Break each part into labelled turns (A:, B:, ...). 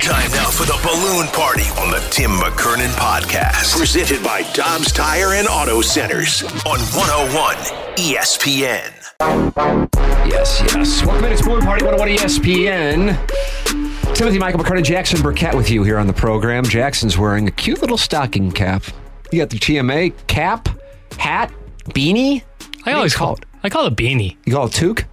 A: Time now for the balloon party on the Tim McKernan podcast. Presented by Dobbs Tire and Auto Centers on 101 E ESPN.
B: Yes, yes. Welcome in. It's Balloon Party 101 ESPN. Timothy Michael McCartan, Jackson Burkett with you here on the program. Jackson's wearing a cute little stocking cap. You got the TMA cap, hat, beanie.
C: I always call it. I call it a beanie.
B: You call it toque?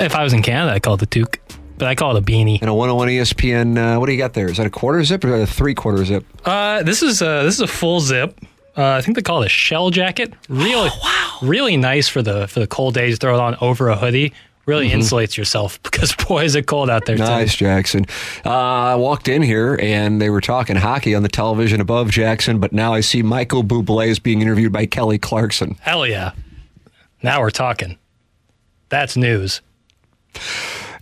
C: If I was in Canada, I call it a toque, but I call it a beanie.
B: And a 101 ESPN. Uh, what do you got there? Is that a quarter zip or a three quarter zip?
C: Uh, this is a, this is a full zip. Uh, I think they call it a shell jacket. Really,
B: Oh,
C: really nice for the for the cold days. Throw it on over a hoodie. Really insulates yourself because boy is it cold out there. Tim.
B: Mm-hmm. Nice, Jackson. Uh, I walked in here and they were talking hockey on the television above Jackson, but now I see Michael Bublé is being interviewed by Kelly Clarkson.
C: Hell yeah! Now we're talking. That's news.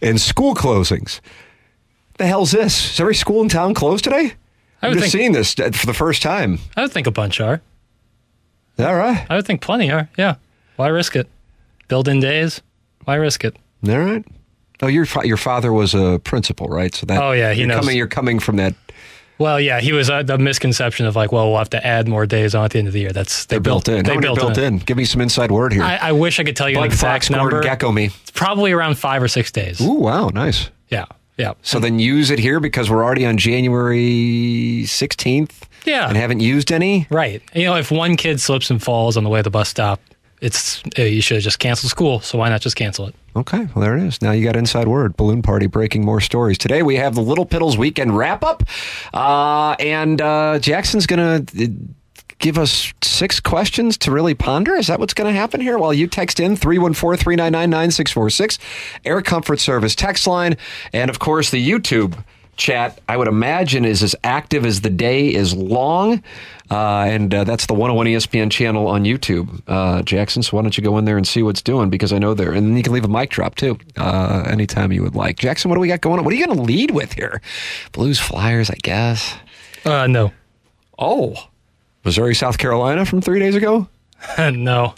B: and school closings. The hell's this? Is every school in town closed today?
C: I
B: I'm
C: would
B: just
C: think-
B: seeing this uh, for the first time.
C: I would think a bunch are.
B: Is that right?
C: I would think plenty are. Yeah. Why risk it? Build in days. Why risk it?
B: All right. Oh, your fa- your father was a principal, right? So that
C: Oh, yeah, he
B: you're
C: knows.
B: Coming, you're coming from that.
C: Well, yeah, he was uh, the misconception of like, well, we'll have to add more days on at the end of the year. That's they
B: They're built, in.
C: They
B: How many
C: built,
B: built in. Give me some inside word here.
C: I, I wish I could tell you an
B: Bud
C: exact
B: Fox
C: number.
B: Gordon Gecko me.
C: It's probably around five or six days.
B: Ooh, wow, nice.
C: Yeah, yeah.
B: So then use it here because we're already on January 16th.
C: Yeah.
B: And haven't used any.
C: Right. You know, if one kid slips and falls on the way to the bus stop, it's uh, you should have just canceled school. So why not just cancel it?
B: Okay, well, there it is. Now you got Inside Word, Balloon Party, breaking more stories. Today we have the Little Piddles Weekend wrap up. Uh, and uh, Jackson's going to give us six questions to really ponder. Is that what's going to happen here? Well, you text in 314 399 9646, Air Comfort Service text line, and of course the YouTube chat, I would imagine, is as active as the day is long. Uh, and uh, that's the 101 ESPN channel on YouTube, uh, Jackson. So why don't you go in there and see what's doing? Because I know there. And then you can leave a mic drop, too, uh, anytime you would like. Jackson, what do we got going on? What are you going to lead with here? Blues, Flyers, I guess.
C: Uh, no,
B: Oh, Missouri, South Carolina from three days ago?
C: no,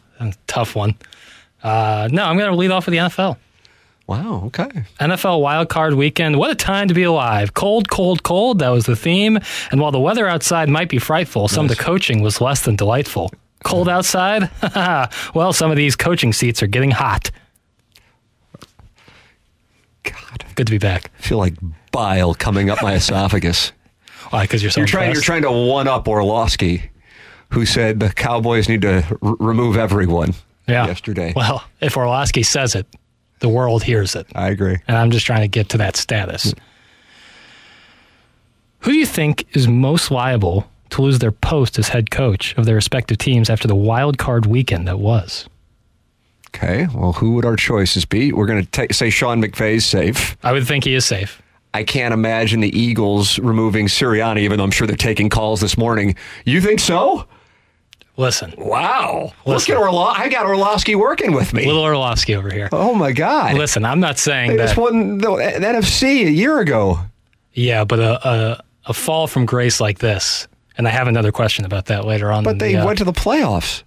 C: tough one. Uh, no, I'm gonna lead off with the NFL.
B: Wow, okay.
C: NFL Wild Card Weekend. What a time to be alive. Cold, cold, cold. That was the theme. And while the weather outside might be frightful, some of the coaching was less than delightful. Cold outside? well, some of these coaching seats are getting hot.
B: God,
C: Good to be back.
B: I feel like bile coming up my esophagus.
C: Why? Because you're so
B: You're trying, you're
C: impressed?
B: trying to one up Orlovsky, who said the Cowboys need to r- remove everyone
C: yeah.
B: yesterday.
C: Well, if Orlowski says it, the world hears it.
B: I agree.
C: And I'm just trying to get to that
B: Hmm.
C: status. Who do you think is most liable to lose their post as head coach of their respective teams after the wild card weekend that was?
B: Okay, well, who would our choices be? We're going to say Sean McVay's safe.
C: I would think he is safe.
B: I can't imagine the Eagles removing Sirianni, even though I'm sure they're taking calls this morning. You think so?
C: Listen,
B: Wow.
C: Listen.
B: Look at Orlo- I got Orlovsky working with me.
C: little Orlovsky over here.
B: oh, my God.
C: Listen, I'm not saying
B: They just
C: that.
B: won the NFC a year ago.
C: Yeah, but a, a a fall from grace like this, and I have another question about that later on. in
B: But they
C: the, uh,
B: went to the playoffs.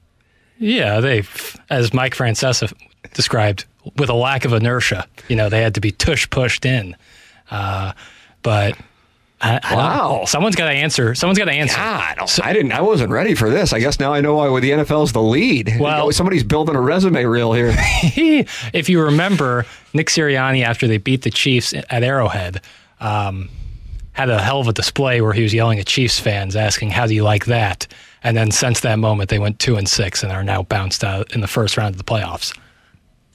C: Yeah, they, as Mike Francesa described, with a lack of inertia. You know, they had to be tush pushed in. Uh, but I, I don't-
B: Wow.
C: someone's got to answer. Someone's got to answer.
B: God, Ah, I didn't. I wasn't ready for this. I guess now I know why the NFL's the lead.
C: Well-
B: somebody's building a resume reel here.
C: if you remember, Nick Sirianni, after they beat the Chiefs at Arrowhead, um, had a hell of a display where he was yelling at Chiefs fans, asking, "How do you like that?" And then since that moment, they went two and six and are now bounced out in the first round of the playoffs.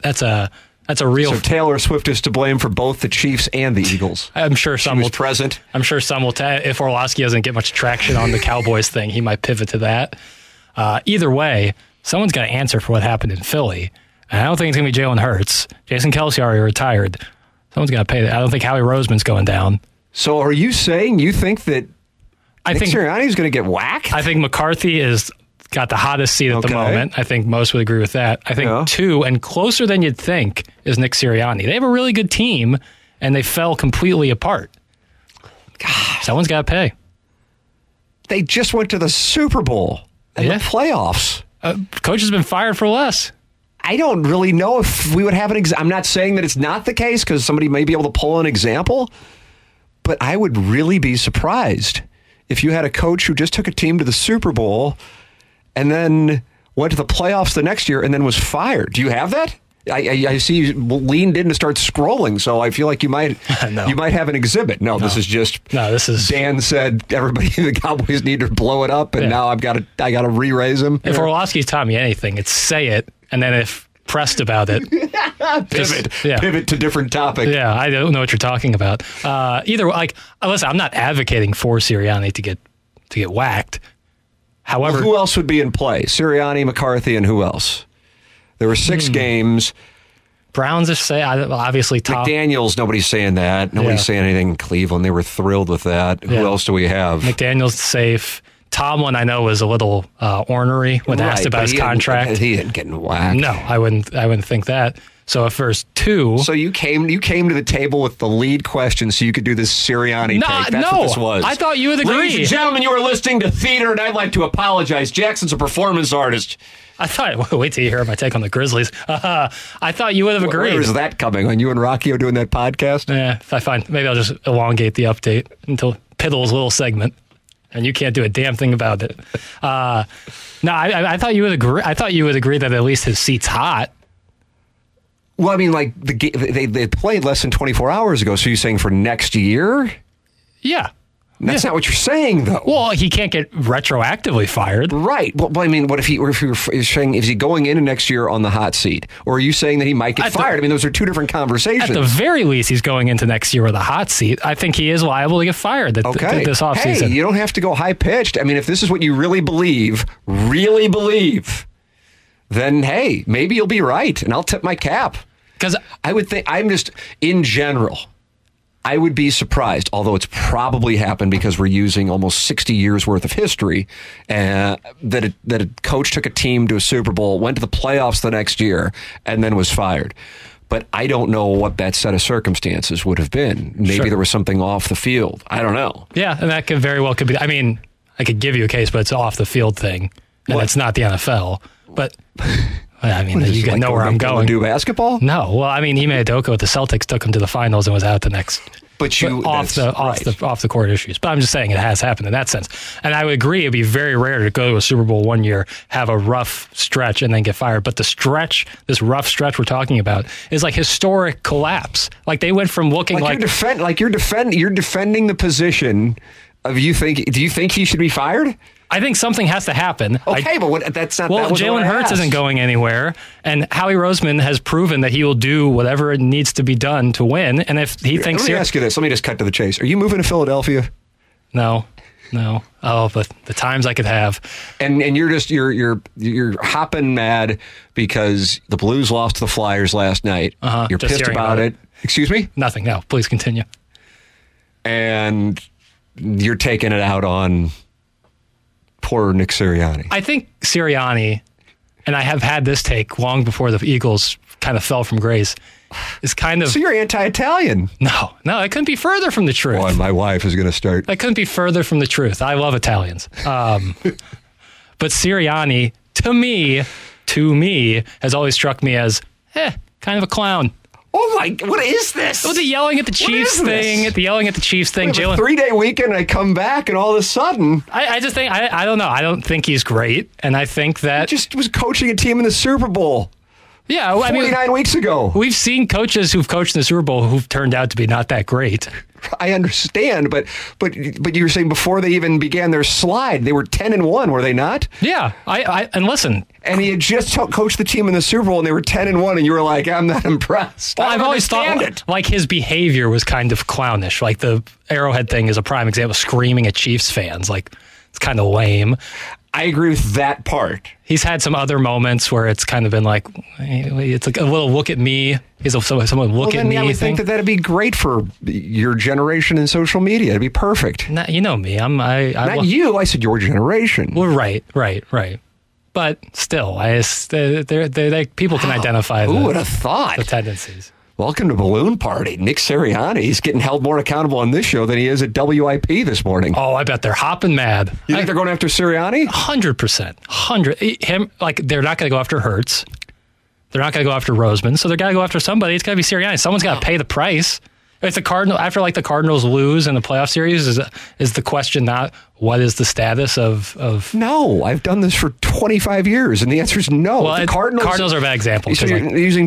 C: That's a That's a real.
B: So Taylor Swift is to blame for both the Chiefs and the Eagles.
C: I'm sure some
B: was
C: will
B: present.
C: I'm sure some will. Ta- if Orlowski doesn't get much traction on the Cowboys thing, he might pivot to that. Uh, either way, someone's got to answer for what happened in Philly, and I don't think it's going to be Jalen Hurts. Jason Kelsey already retired. Someone's got to pay that. I don't think Howie Roseman's going down.
B: So are you saying you think that
C: I
B: Nick
C: think
B: Sirianni's going to get whacked?
C: I think McCarthy is got the hottest seat at
B: Okay.
C: the moment. I think most would agree with that. I think
B: Yeah.
C: two and closer than you'd think is Nick Sirianni. They have a really good team, and they fell completely apart. Someone's got to pay.
B: they just went to the Super Bowl and
C: Yeah.
B: the playoffs.
C: Uh, coach has been fired for less.
B: I don't really know if we would have an. Ex- I'm not saying that it's not the case because somebody may be able to pull an example, but I would really be surprised if you had a coach who just took a team to the Super Bowl and then went to the playoffs the next year and then was fired. Do you have that? I, I, I see you leaned in to start scrolling, so I feel like you might
C: No.
B: you might have an exhibit. No, this is just
C: No, this is-
B: Dan said everybody in the Cowboys need to blow it up, and
C: Yeah.
B: now I've got to I got to re-raise him.
C: If Orlovsky's taught me anything, it's say it, and then if pressed about it, just-
B: pivot,
C: yeah.
B: pivot to different topic.
C: Yeah, I don't know what you're talking about. Uh, either way, like, uh, listen, I'm not advocating for Sirianni to get to get whacked. However,
B: Who else would be in play? Sirianni, McCarthy, and who else? There were six
C: Hmm.
B: games.
C: Browns are say I- well, obviously top.
B: McDaniels, nobody's saying that. Nobody's
C: Yeah.
B: saying anything in Cleveland. They were thrilled with that. Who
C: Yeah.
B: else do we have?
C: McDaniel's safe. Tomlin, I know, was a little uh, ornery when asked
B: Right,
C: about
B: but
C: his
B: he didn't-
C: contract.
B: he didn't get whacked.
C: no, I wouldn't. I wouldn't think that. So at first, two.
B: So you came you came to the table with the lead question so you could do this Sirianni
C: No,
B: take. That's
C: no.
B: what this was.
C: I thought you would
B: Ladies
C: agree.
B: and gentlemen, you are listening to theater, and I'd like to apologize. Jackson's a performance artist.
C: I thought. Wait till you hear my take on the Grizzlies. I thought you would have agreed.
B: Where is that coming? On you and Rocky are doing that podcast?
C: Yeah, if I find maybe I'll just elongate the update until Piddle's little segment, and you can't do a damn thing about it. Uh, no, I, I, I thought you would agree. I thought you would agree that at least his seat's hot.
B: Well, I mean, like the ga- they they played less than twenty four hours ago. So you're saying for next year?
C: Yeah.
B: That's not what you're saying, though.
C: Well, he can't get retroactively fired.
B: right. Well, I mean, what if he? What if you're saying is he going into next year on the hot seat, or are you saying that he might get
C: At the-
B: fired? I mean, those are two different conversations.
C: At the very least, he's going into next year with a hot seat. I think he is liable to get fired th- th-
B: okay.
C: this
B: Hey,
C: offseason.
B: you don't have to go high pitched. I mean, if this is what you really believe, really believe, then hey, maybe you'll be right, and I'll tip my cap.
C: 'Cause-
B: I would think I'm just in general. I would be surprised, although it's probably happened because we're using almost 60 years worth of history, uh, that, a, that a coach took a team to a Super Bowl, went to the playoffs the next year, and then was fired. But I don't know what that set of circumstances would have been. Maybe
C: Sure.
B: there was something off the field. I don't know.
C: yeah, and that could very well could be. I mean, I could give you a case, but it's off the field thing, and it's not the NFL. But I mean,
B: Is
C: you
B: it
C: can
B: like
C: know where
B: going
C: I'm
B: back to
C: going.
B: Do basketball?
C: No, well, I mean, Ime Adoka with the Celtics took him to the finals and was out the next.
B: But you-
C: off
B: that's
C: the off
B: right.
C: the off the court issues. But I'm just saying it has happened in that sense. And I would agree it'd be very rare to go to a Super Bowl one year, have a rough stretch, and then get fired. But the stretch, this rough stretch we're talking about, is like historic collapse. Like they went from looking
B: Like,
C: like,
B: you're defend, like you're defend, you're defending the position of you think. Do you think he should be fired?
C: I think something has to happen. I-
B: Okay, but what, that's not.
C: Well,
B: that wasn't
C: Jalen
B: what I
C: Hurts isn't
B: asked.
C: going anywhere, and Howie Roseman has proven that he will do whatever it needs to be done to win. And if he thinks
B: Let me
C: here-
B: ask you this. Let me just cut to the chase. Are you moving to Philadelphia?
C: No, no. Oh, but the times I could have.
B: And and you're just you're you're you're hopping mad because the Blues lost to the Flyers last night.
C: Uh-huh,
B: You're
C: just
B: pissed
C: hearing
B: about
C: about
B: it.
C: it.
B: Excuse me.
C: Nothing. No, please continue.
B: And you're taking it out on poor Nick Sirianni.
C: I think Sirianni, and I have had this take long before the Eagles kind of fell from grace, is kind of
B: so you're anti-Italian.
C: no, no. It couldn't be further from the truth.
B: Boy, my wife is going to start.
C: That couldn't be further from the truth. I love Italians. Um, but Sirianni, to me, to me, has always struck me as eh, kind of a clown.
B: Oh my! What is this?
C: With the yelling at the Chiefs
B: is this?
C: thing, the yelling at the Chiefs thing, Jalen.
B: three day weekend, I come back, and all of a sudden,
C: I, I just think I, I don't know. I don't think he's great, and I think
B: I
C: that
B: just was coaching a team in the Super Bowl.
C: Yeah, I mean,
B: 49 weeks ago.
C: we've seen coaches who've coached in the Super Bowl who've turned out to be not that great.
B: I understand, but but but you were saying before they even began their slide, they were 10 and 1, were they not?
C: Yeah, I, I and listen,
B: And he had just co- coached the team in the Super Bowl and they were 10 and 1 and you were like, I'm not impressed.
C: Well,
B: I
C: I've
B: don't
C: always thought
B: understand it.
C: like his behavior was kind of clownish. Like the Arrowhead thing is a prime example, screaming at Chiefs fans. Like it's kind of lame.
B: I agree with that part.
C: He's had some other moments where it's kind of been like it's like a little look at me. He's a someone someone
B: well,
C: look at
B: then
C: me
B: I would
C: thing.
B: think that that'd be great for your generation and social media. It'd be perfect.
C: Nah, you know me. I'm I. I
B: Not
C: well,
B: you. I said your generation.
C: well, right, right, right. But still, I s- they're, they're, they're, they people can identify
B: Who
C: the,
B: would have thought?
C: uh, the tendencies.
B: Welcome to Balloon Party. Nick Sirianni. He's getting held more accountable on this show than he is at WIP this morning.
C: Oh, I bet they're hopping mad.
B: you think they're going after Sirianni?
C: hundred percent, hundred. eh, Him like they're not going to go after Hertz. They're not going to go after Roseman. So they're going to go after somebody. It's going to be Sirianni. Someone's got to pay the price. It's the Cardinal after like the Cardinals lose in the playoff series is is the question not what is the status of of
B: No, I've done this for 25 years, and the answer is no.
C: Well,
B: the
C: it-
B: Cardinals,
C: Cardinals are a bad example,
B: So
C: 'cause,
B: you're
C: like-
B: using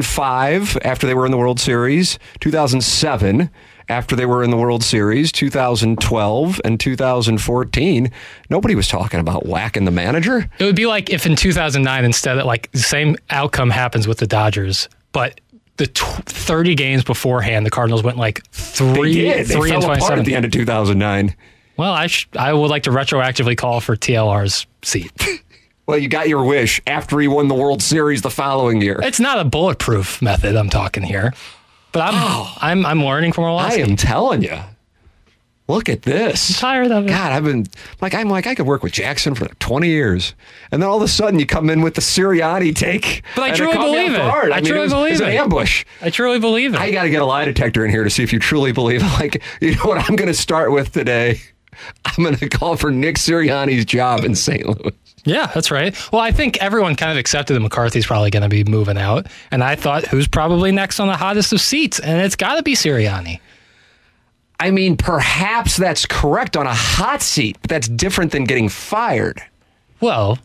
B: 2005 after they were in the World Series, 2007 after they were in the World Series, 2012 and 2014. Nobody was talking about whacking the manager.
C: it would be like if in 2009 instead of like the same outcome happens with the Dodgers, but the tw- 30 games beforehand the Cardinals went like three
B: They did. They
C: three
B: fell
C: and
B: apart
C: 27.
B: at the end of 2009.
C: Well, I sh- I would like to retroactively call for TLR's seat.
B: Well, you got your wish after he won the World Series the following year.
C: It's not a bulletproof method I'm talking here, but I'm I'm I'm learning from Orlovsky.
B: Oh. I am telling you. Look at this. I'm
C: tired of it.
B: God, I've been like I'm like I could work with Jackson for like 20 years, and then all of a sudden you come in with the Sirianni take.
C: But I
B: and
C: truly
B: caught me off
C: believe it.
B: guard.
C: I
B: mean,
C: truly
B: it was, it was
C: believe it.
B: an ambush.
C: I truly believe it.
B: I got to get a lie detector in here to see if you truly believe. Like you know what I'm going to start with today. I'm going to call for Nick Sirianni's job in St. Louis.
C: yeah, that's right. Well, I think everyone kind of accepted that McCarthy's probably going to be moving out, and I thought who's probably next on the hottest of seats, and it's got to be Sirianni.
B: I mean, perhaps that's correct on a hot seat, but that's different than getting fired.
C: Well,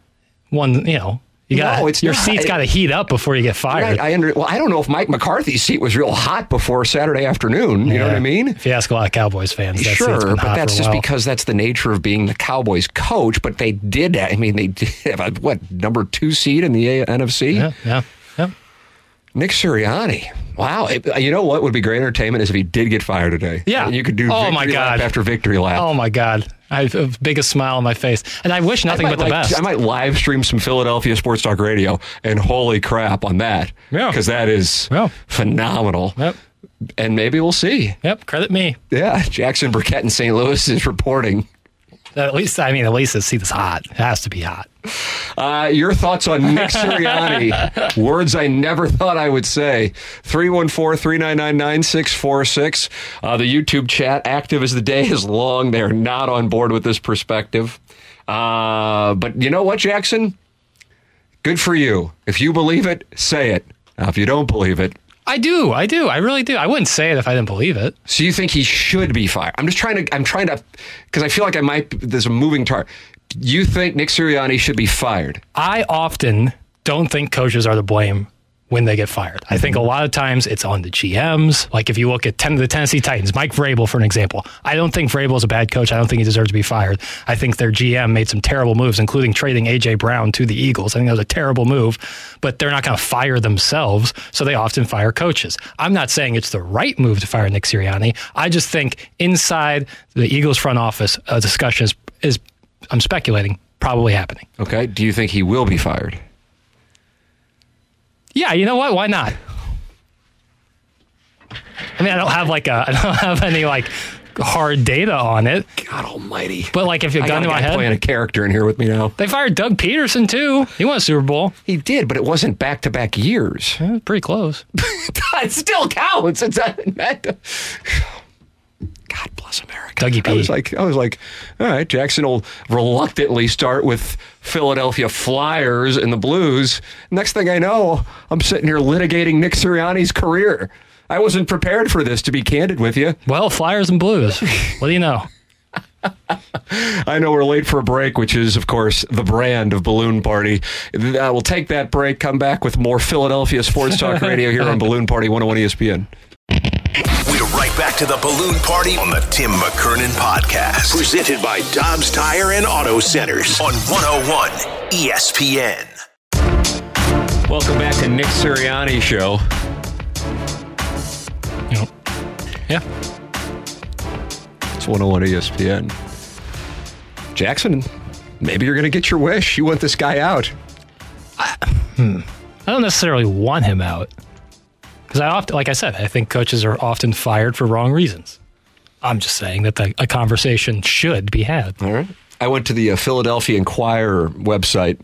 C: one you know you got
B: No, it's
C: your
B: not.
C: seat's got to heat up before you get fired.
B: Right, I under, well, I don't know if Mike McCarthy's seat was real hot before Saturday afternoon. You know what I
C: Yeah.
B: mean?
C: If you ask a lot of Cowboys fans, that seat's
B: sure,
C: been
B: but
C: hot
B: that's
C: for a
B: just
C: while.
B: because that's the nature of being the Cowboys coach. But they did. I mean, they did have a, what number two seed in the A- NFC?
C: yeah, yeah, yeah.
B: Nick Sirianni. Wow. It- you know what would be great entertainment is if he did get fired today.
C: Yeah.
B: And you could do
C: Oh,
B: victory
C: my God.
B: lap after victory lap.
C: Oh my God, I have the biggest smile on my face, and I wish
B: I
C: nothing
B: might,
C: but the
B: like-
C: best.
B: I might live stream some Philadelphia Sports Talk Radio, and holy crap on that.
C: Yeah.
B: Because that is
C: Yeah.
B: phenomenal.
C: Yep.
B: And maybe we'll see.
C: Yep, credit me.
B: Yeah, Jackson Burkett in St. Louis is reporting.
C: At least, I mean, at least the seat is hot. It has to be hot.
B: Uh, your thoughts on Nick Sirianni? Words I never thought I would say. 314 399 9646. Uh, The YouTube chat, active as the day is long. They're not on board with this perspective. Uh, but you know what, Jackson? Good for you. If you believe it, say it. Now, if you don't believe it,
C: I do. I do. I really do. I wouldn't say it if I didn't believe it.
B: so you think he should be fired? I'm just trying to. I'm trying to, because I feel like I might. There's a moving target. You think Nick Sirianni should be fired?
C: I often don't think coaches are to blame when they get fired. I think a lot of times it's on the GMs. Like if you look at 10 of the Tennessee Titans, Mike Vrabel, for an example, I don't think Vrabel is a bad coach. I don't think he deserves to be fired. I think their GM made some terrible moves, including trading A.J. Brown to the Eagles. I think that was a terrible move, but they're not going to fire themselves. So they often fire coaches. I'm not saying it's the right move to fire Nick Sirianni. I just think inside the Eagles front office, a discussion is, is I'm speculating, probably happening.
B: Okay. Do you think he will be fired?
C: Yeah, you know what? Why not? I mean, I don't have like a, I don't have any like hard data on it,
B: God Almighty!
C: but like if you're
B: I got
C: gun
B: a
C: to my
B: guy playing
C: head,
B: a character in here with me now.
C: they fired Doug Peterson too. He won a Super Bowl.
B: He did, but it wasn't back to back years.
C: Eh, Pretty close.
B: it still counts. It's not, God bless America.
C: Dougie P.
B: I was like, I was like, all right, Jackson will reluctantly start with Philadelphia Flyers and the Blues. Next thing I know, I'm sitting here litigating Nick Sirianni's career. I wasn't prepared for this, to be candid with you.
C: Well, Flyers and Blues. What do you know?
B: I know we're late for a break, which is, of course, the brand of Balloon Party. Th- Uh, we'll take that break, come back with more Philadelphia Sports Talk Radio here on Balloon Party 101 ESPN.
A: We're right back to the balloon party on the Tim McKernan podcast, presented by Dobbs Tire and Auto Centers on 101 E ESPN.
B: Welcome back to Nick Sirianni Show.
C: Yep. Yeah.
B: It's 101 ESPN. Jackson, maybe you're going to get your wish. You want this guy out.
C: I don't necessarily want him out because I often, like I said, I think coaches are often fired for wrong reasons. I'm just saying that the, a conversation should be had.
B: All right. I went to the uh, Philadelphia Inquirer website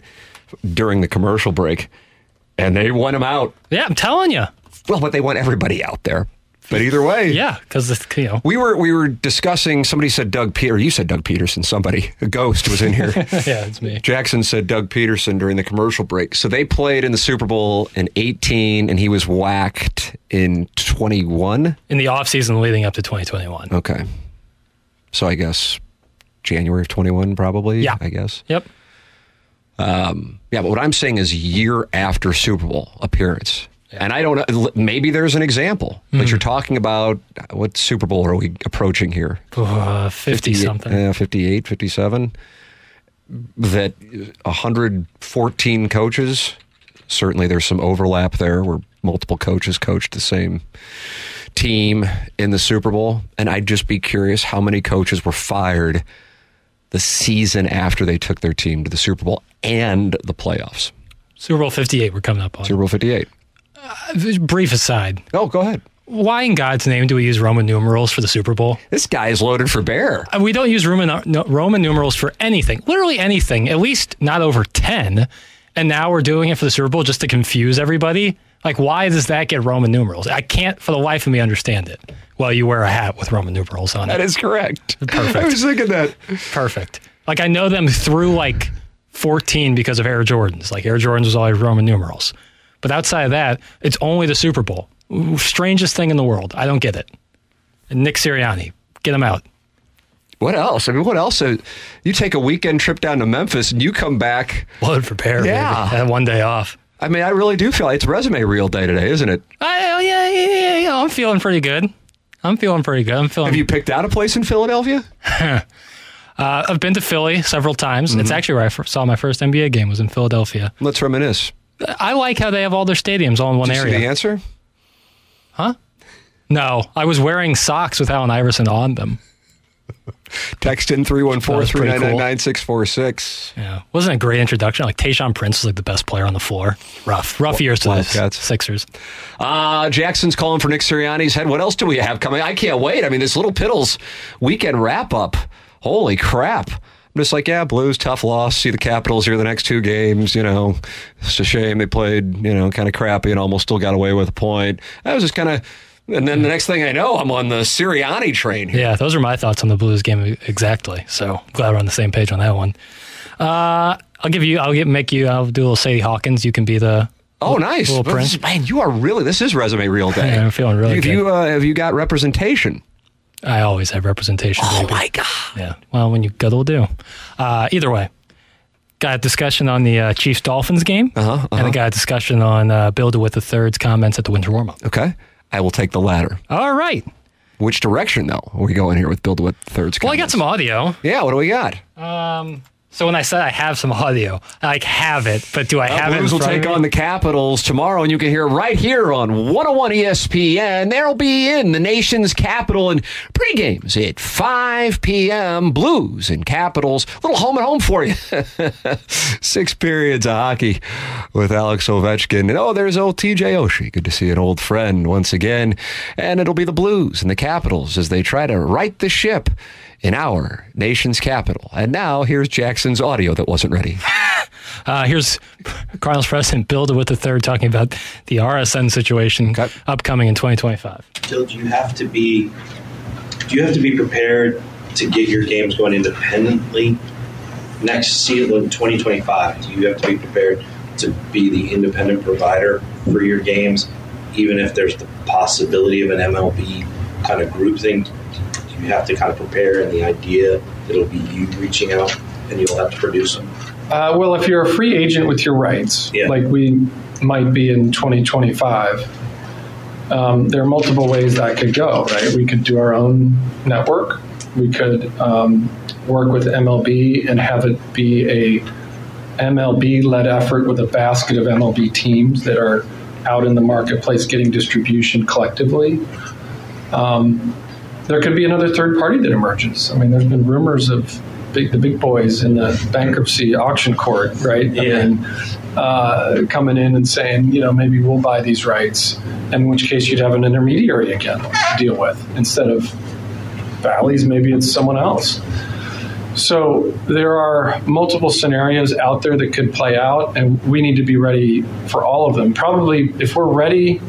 B: during the commercial break, and they want him out.
C: Yeah, I'm telling you.
B: Well, but they want everybody out there. But either way,
C: Yeah, because you know,
B: We were we were discussing. Somebody said Doug Peter. You said Doug Peterson. Somebody, a ghost was in here.
C: yeah, it's me.
B: Jackson said Doug Peterson during the commercial break. So they played in the Super Bowl in 18, and he was whacked in 21.
C: In the offseason leading up to 2021.
B: Okay. So I guess January of 21, probably.
C: Yeah.
B: I guess.
C: Yep.
B: Yeah, but what I'm saying is year after Super Bowl appearance. And I don't know, maybe there's an example, but you're talking about uh, what Super Bowl are we approaching here?
C: Uh, 50 something.
B: Yeah, 58, 57. That 114 coaches, certainly there's some overlap there where multiple coaches coached the same team in the Super Bowl. And I'd just be curious how many coaches were fired the season after they took their team to the Super Bowl and the playoffs.
C: Super Bowl 58, we're coming up on. Uh,
B: Super Bowl 58.
C: Brief aside,
B: Oh, go ahead.
C: why in God's name do we use Roman numerals for the Super Bowl?
B: This guy is loaded for bear.
C: Uh, We don't use Roman, no, Roman numerals for anything, literally anything, at least not over 10. And now we're doing it for the Super Bowl just to confuse everybody. Like, why does that get Roman numerals? I can't for the life of me understand it. Well, you wear a hat with Roman numerals on it.
B: is correct.
C: Perfect.
B: I was thinking that.
C: Perfect. Like, I know them through like 14 because of Air Jordans. Like, Air Jordans was always Roman numerals. But outside of that, it's only the Super Bowl. Ooh, Strangest thing in the world. I don't get it. And Nick Sirianni, get him out.
B: What else? I mean, what else? Uh, You take a weekend trip down to Memphis and you come back.
C: Blood for pair.
B: Yeah.
C: Baby. Had one day off.
B: I mean, I really do feel like it's resume reel day today, isn't it?
C: I, oh, yeah, yeah, yeah, yeah. I'm feeling pretty good. I'm feeling pretty good. I'm feeling.
B: Have you picked out a place in Philadelphia?
C: uh, I've been to Philly several times. It's
B: Mm-hmm.
C: actually where I f- saw my first NBA game was in Philadelphia.
B: Let's reminisce.
C: I like how they have all their stadiums all in one
B: Did you see
C: area.
B: the answer?
C: No, I was wearing socks with Allen Iverson on them.
B: Text in
C: That was pretty cool.
B: 314-399-9646.
C: Yeah, wasn't a great introduction. Like Tayshawn Prince was like the best player on the floor. Rough, rough years to the
B: Wildcats.
C: Sixers.
B: Uh, Jackson's calling for Nick Sirianni's head. What else do we have coming? I can't wait. I mean, this Little Piddles weekend wrap-up. Holy crap. I'm just like, yeah, Blues, tough loss. See the Capitals here the next two games. You know, it's a shame they played, you know, kind of crappy and almost still got away with a point. I was just kind of... And then the next thing I know, I'm on the Sirianni train here.
C: Yeah, those are my thoughts on the Blues game e, exactly. So glad we're on the same page on that one. Uh, I'll give you. I'll get make you. I'll do a little Sadie Hawkins. You can be the.
B: Oh, nice,
C: little
B: Well,
C: print.
B: this- man! You are really this is resume real day.
C: Yeah, I'm feeling really
B: Have you uh, have you got representation?
C: I always have representation. baby.
B: Oh god!
C: Yeah. Well, when you guzzle, do. Uh, either way, got a discussion on the uh, Chiefs Dolphins game,
B: Uh-huh,
C: and I got a discussion on uh, Bill DeWitt the Third's comments at the Winter Warm Up.
B: Okay, I will take the latter.
C: All right.
B: Which direction though? Are we going here with Bill DeWitt thirds?
C: Well, I got some audio.
B: Yeah, what do we got?
C: So when I said I have some audio, I like have it, but do I have it? in
B: Uh, Blues will
C: front of
B: take
C: me?
B: on the Capitals tomorrow, and you can hear right here on 101 ESPN. They'll be in the nation's capital and pre-games at 5 p.m. Blues and Capitals. Little home and home for you. Six periods of hockey with Alex Ovechkin. And oh, there's old TJ Oshie. Good to see an old friend once again. And it'll be the Blues and the Capitals as they try to right the ship in our nation's capital. And now here's Jackson's audio that wasn't ready.
C: Uh, here's Cardinals president Bill DeWitt III talking about the RSN situation
B: Okay.
C: upcoming in 2025.
D: Jill, do you have to be do you have to be prepared to get your games going independently next season 2025 do you have to be prepared to be the independent provider for your games even if there's the possibility of an mlb kind of group thing you have to kind of prepare and the idea it'll be you reaching out and you'll have to produce them.
E: Uh, well, if you're a free agent with your rights,
D: Yeah.
E: like we might be in 2025, um, there are multiple ways that could go, right? We could do our own network. We could um, work with MLB and have it be a MLB-led effort with a basket of MLB teams that are out in the marketplace getting distribution collectively. Um, there could be another third party that emerges. I mean, there's been rumors of big, the big boys in the bankruptcy auction court, right?
D: Yeah.
E: I mean, uh, coming in and saying, you know, maybe we'll buy these rights, in which case you'd have an intermediary again to deal with instead of Valleys, maybe it's someone else. So there are multiple scenarios out there that could play out, and we need to be ready for all of them. Probably, if we're ready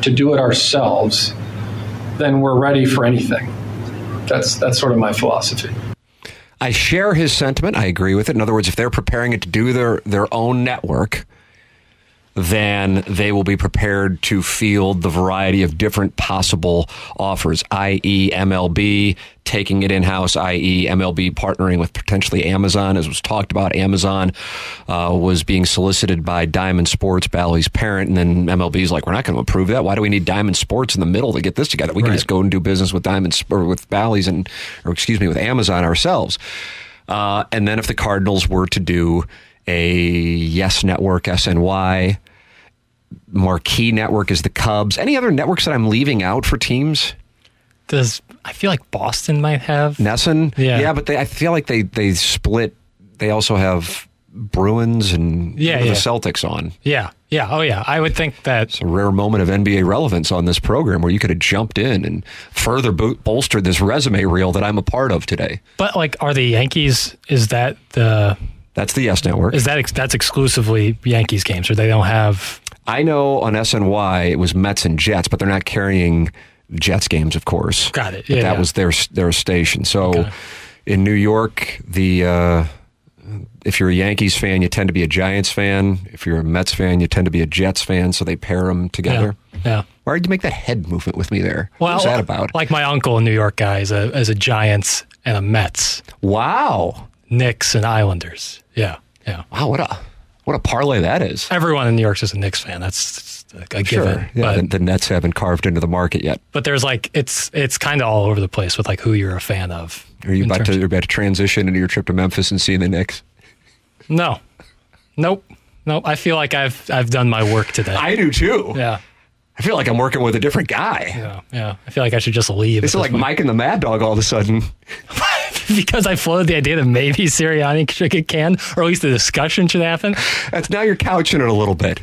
E: to do it ourselves, then we're ready for anything. That's that's sort of my philosophy.
B: I share his sentiment. I agree with it. In other words, if they're preparing it to do their, their own network, then they will be prepared to field the variety of different possible offers, E i.e., MLB taking it E in house, i.e., MLB partnering with potentially Amazon. As was talked about, Amazon uh, was being solicited by Diamond Sports, Bally's parent, and then MLB's like, we're not going to approve that. Why do we need Diamond Sports in the middle to get this together? We can just go and do business with Diamond Sp- or with Bally's and, or excuse me, with Amazon ourselves. Uh, and then if the Cardinals were to do a Yes Network, SNY, Marquee Network is the Cubs. Any other networks that I'm leaving out for teams?
C: Does I feel like Boston might have?
B: Nesson?
C: Yeah.
B: Yeah, but they, I feel like they, they split. They also have Bruins and
C: Yeah,
B: the
C: yeah.
B: Celtics on.
C: Yeah, yeah, oh yeah. I would think that.
B: It's a rare moment of NBA relevance on this program where you could have jumped in and further bo- bolstered this resume reel that I'm a part of today.
C: But like, are the Yankees? Is that the?
B: That's the Yes Network.
C: Is that ex, that's exclusively Yankees games, or they don't have?
B: I know on SNY it was Mets and Jets, but they're not carrying Jets games, of course.
C: Got it.
B: But
C: Yeah,
B: that
C: yeah.
B: was their their station. So in New York, the uh, if you're a Yankees fan, you tend to be a Giants fan. If you're a Mets fan, you tend to be a Jets fan. So they pair them
C: Yeah,
B: together.
C: yeah.
B: Why did you make that head movement with me there? What was that about?
C: Like my uncle, a New York guy, is a is a Giants and a Mets,
B: wow,
C: Knicks and Islanders. Yeah, yeah.
B: wow, what a what a parlay that is.
C: Everyone in New York's is a Knicks fan. That's that's a given.
B: Sure, yeah.
C: but,
B: The, the Nets haven't carved into the market yet.
C: but there's like it's it's kind of all over the place with like who you're a fan of.
B: Are you
C: in
B: about to,
C: terms-
B: you're about to transition into your trip to Memphis and seeing the Knicks?
C: No, nope, nope. I feel like I've I've done my work today.
B: I do too.
C: yeah,
B: I feel like I'm working with a different guy.
C: yeah, yeah. I feel like I should just leave.
B: This is
C: at
B: like
C: point.
B: Mike and the Mad Dog all of a sudden.
C: because I floated the idea that maybe Sirianni should get canned, or at least the discussion should happen.
B: That's now you're couching it a little bit.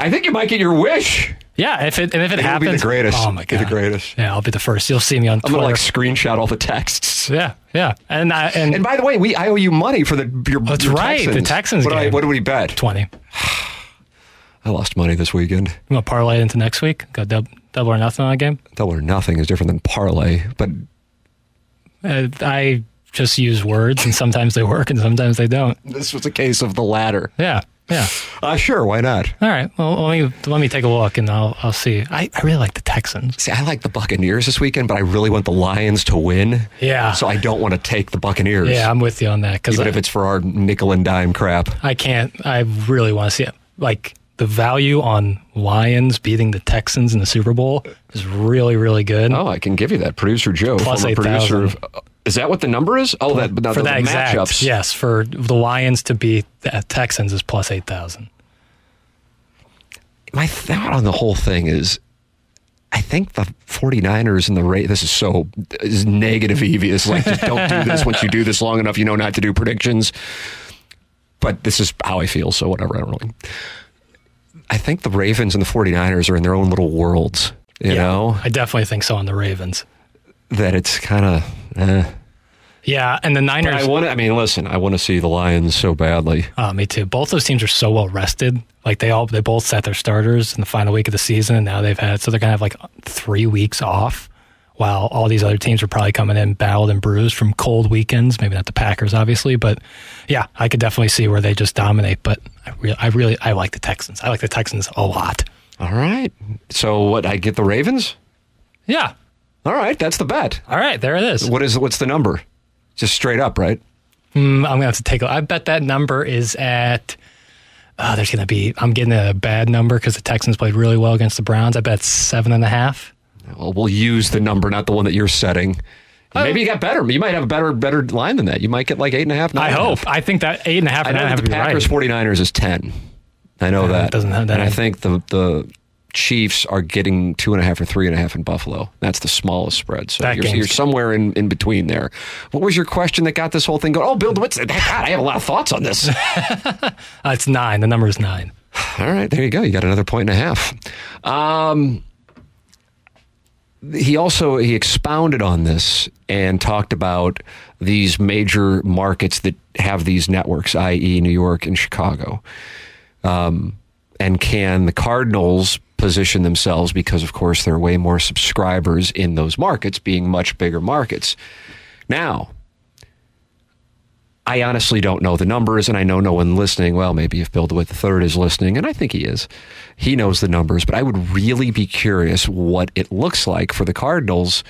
B: I think you might get your wish.
C: Yeah, if it and if it
B: You'll be
C: happens,
B: the greatest.
C: Oh my
B: Be
C: god,
B: the greatest.
C: Yeah, I'll be the first. You'll see me on
B: I'm
C: Twitter.
B: gonna like screenshot all the texts.
C: yeah, yeah, and I, and,
B: And by the way, we I owe you money for the your.
C: That's
B: your
C: right, the Texans
B: What, do I-
C: game.
B: what did we bet?
C: twenty.
B: I lost money this weekend.
C: You want to parlay it into next week? Go dub, double or nothing on that game.
B: Double or nothing is different than parlay, but
C: Uh, I just use words, and sometimes they work, and sometimes they don't.
B: this was a case of the latter.
C: Yeah, yeah.
B: Uh, sure, why not?
C: All right. Well, let me let me take a look, and I'll I'll see. I, I really like the Texans.
B: See, I like the Buccaneers this weekend, but I really want the Lions to win.
C: Yeah.
B: So I don't want to take the Buccaneers.
C: Yeah, I'm with you on that because
B: Even if it's for our nickel and dime crap.
C: I can't. I really want to see it. Like the value on Lions beating the Texans in the Super Bowl is really, really good.
B: Oh, I can give you that. Producer Joe,
C: Plus
B: former
C: 8,000.
B: producer. Of, uh, is that what the number is? Oh, that no,
C: for
B: the
C: that exact,
B: matchups.
C: yes, for the Lions to beat the Texans is plus eight thousand.
B: My thought on the whole thing is, I think the 49ers and the Ra This is so this is negative, Evie. It's like just don't do this. Once you do this long enough, you know not to do predictions. But this is how I feel. So whatever. I don't really. I think the Ravens and the 49ers are in their own little worlds. You know
C: I definitely think so on the Ravens.
B: that it's kind of. Eh.
C: Yeah, and the Niners.
B: I want. I mean, listen. I want to see the Lions so badly.
C: Uh, me too. Both those teams are so well rested. Like they all, they both sat their starters in the final week of the season, and now they've had so they're gonna have like three weeks off, while all these other teams are probably coming in battled and bruised from cold weekends. Maybe not the Packers, obviously, but yeah, I could definitely see where they just dominate. But I, re- I really, I like the Texans. I like the Texans a lot.
B: All right. So what? I get the Ravens.
C: Yeah.
B: All right, that's the bet.
C: All right, there it is.
B: What is what's the number? Just straight up, right?
C: Mm, I'm gonna have to take. a I bet that number is at. Oh, there's gonna be. I'm getting a bad number because the Texans played really well against the Browns. I bet it's seven and a half.
B: Well, we'll use the number, not the one that you're setting.
C: Uh,
B: Maybe you got better. You might have a better better line than that. You might get like eight and a half. nine
C: I
B: and a
C: hope.
B: half.
C: I think that eight and a half.
B: I
C: and
B: know
C: nine
B: that
C: have
B: the
C: to be
B: Packers
C: right.
B: 49ers is 10. I know that.
C: doesn't have that
B: and I
C: in it.
B: think the, the Chiefs are getting two and a half or three and a half in Buffalo. That's the smallest spread. So
C: That
B: you're,
C: game's
B: you're
C: good.
B: somewhere in, in between there. What was your question that got this whole thing going? Oh, Bill, what's God, I have a lot of thoughts on this.
C: Uh, it's nine. The number is nine.
B: All right, there you go. You got another point and a half. Um, he also he expounded on this and talked about these major markets that have these networks, i.e., New York and Chicago, um, and can the Cardinals position themselves because, of course, there are way more subscribers in those markets, being much bigger markets. Now, I honestly don't know the numbers, and I know no one listening. Well, maybe if Bill DeWitt III is listening, and I think he is, he knows the numbers, but I would really be curious what it looks like for the Cardinals,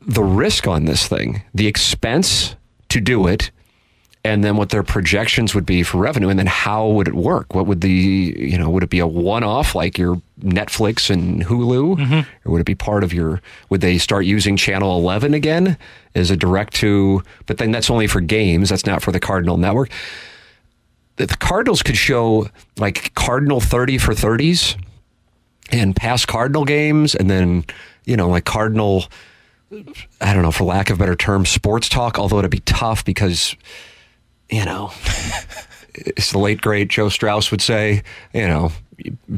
B: the risk on this thing, the expense to do it, and then what their projections would be for revenue, and then how would it work? What would the, you know, would it be a one off like your Netflix and Hulu? Or would it be part of your, would they start using Channel 11 again as a direct to, but then that's only for games, that's not for the Cardinal Network. That The Cardinals could show like Cardinal 30 for 30s and past Cardinal games, and then, you know, like Cardinal. I don't know, for lack of a better term, sports talk, although it'd be tough because you know, as the late great Joe Strauss would say, you know,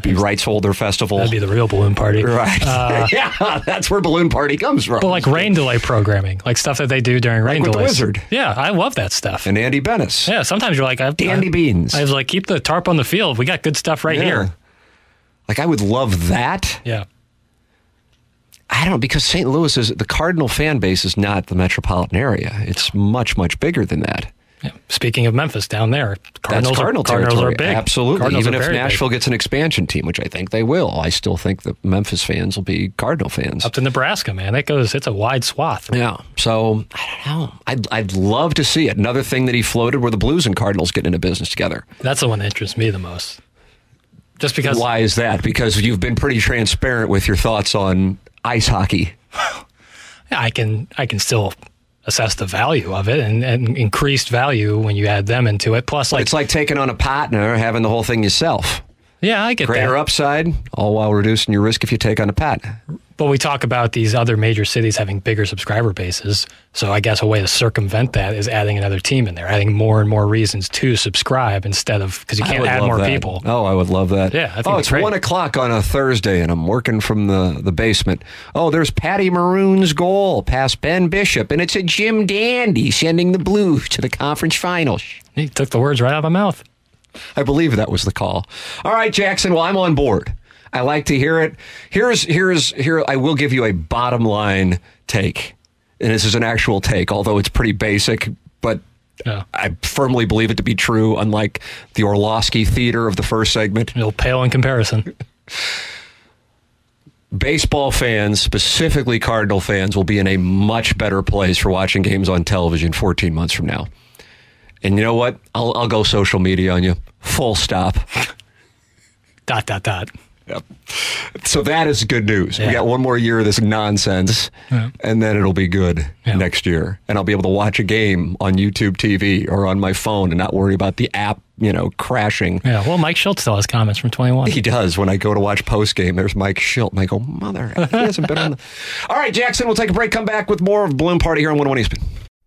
B: be rights holder festival.
C: That'd be the real balloon party. Uh,
B: right. yeah, that's where balloon party comes from.
C: But like rain delay programming, like stuff that they do during rain
B: with the
C: delays.
B: wizard.
C: Yeah, I love that stuff.
B: and Andy Bennis.
C: yeah, sometimes you're like, I've,
B: Dandy
C: I,
B: beans.
C: I was like, keep the tarp on the field. We got good stuff right
B: Yeah.
C: here.
B: Like I would love that.
C: Yeah.
B: I don't know, because St. Louis is the Cardinal fan base is not the metropolitan area. It's much much bigger than that.
C: yeah. Speaking of Memphis, down there, Cardinals,
B: That's Cardinal
C: are, Cardinals are
B: territory.
C: big.
B: Absolutely.
C: Cardinals
B: Even
C: are
B: if
C: very big.
B: Nashville gets an expansion team, which I think they will, I still think the Memphis fans will be Cardinal fans.
C: up to Nebraska, man, that goes. It's a wide swath.
B: Yeah. So I don't know. I'd, I'd love to see it. Another thing that he floated were the Blues and Cardinals getting into business together.
C: That's the one that interests me the most. Just because
B: Why is that? Because you've been pretty transparent with your thoughts on ice hockey.
C: I can I can still assess the value of it and, and increased value when you add them into it. Plus, like,
B: It's like taking on a partner, having the whole thing yourself.
C: yeah, I get
B: Greater
C: that.
B: upside, all while reducing your risk if you take on a partner.
C: But we talk about these other major cities having bigger subscriber bases. So I guess a way to circumvent that is adding another team in there, adding more and more reasons to subscribe instead of because you
B: I
C: can't
B: would
C: add
B: love
C: more
B: that.
C: people.
B: Oh, I would love that.
C: Yeah, I think
B: oh,
C: it's
B: it's
C: great.
B: one o'clock on a Thursday, and I'm working from the, the basement. Oh, there's Patty Maroon's goal past Ben Bishop, and it's a Jim Dandy sending the Blues to the conference finals.
C: He took the words right out of my mouth.
B: I believe that was the call. All right, Jackson. Well, I'm on board. I like to hear it. Here's here's here. I will give you a bottom line take, and this is an actual take, although it's pretty basic, but.
C: Yeah.
B: I firmly believe it to be true, unlike the Orlovsky theater of the first segment.
C: It'll pale in comparison.
B: baseball fans, specifically Cardinal fans, will be in a much better place for watching games on television 14 months from now. And you know what? I'll, I'll go social media on you. Full stop.
C: dot dot dot.
B: So that is good news. We
C: Yeah.
B: got one more year of this nonsense, and then it'll be good
C: Yeah.
B: next year. And I'll be able to watch a game on YouTube TV or on my phone and not worry about the app, you know, crashing.
C: Yeah. Well, Mike Schultz still has comments from 21.
B: He does when I go to watch post game. There's Mike Schilt, and I go, "Mother, he hasn't been on." The... All right, Jackson. We'll take a break. Come back with more of Bloom Party here on 101 Eastman.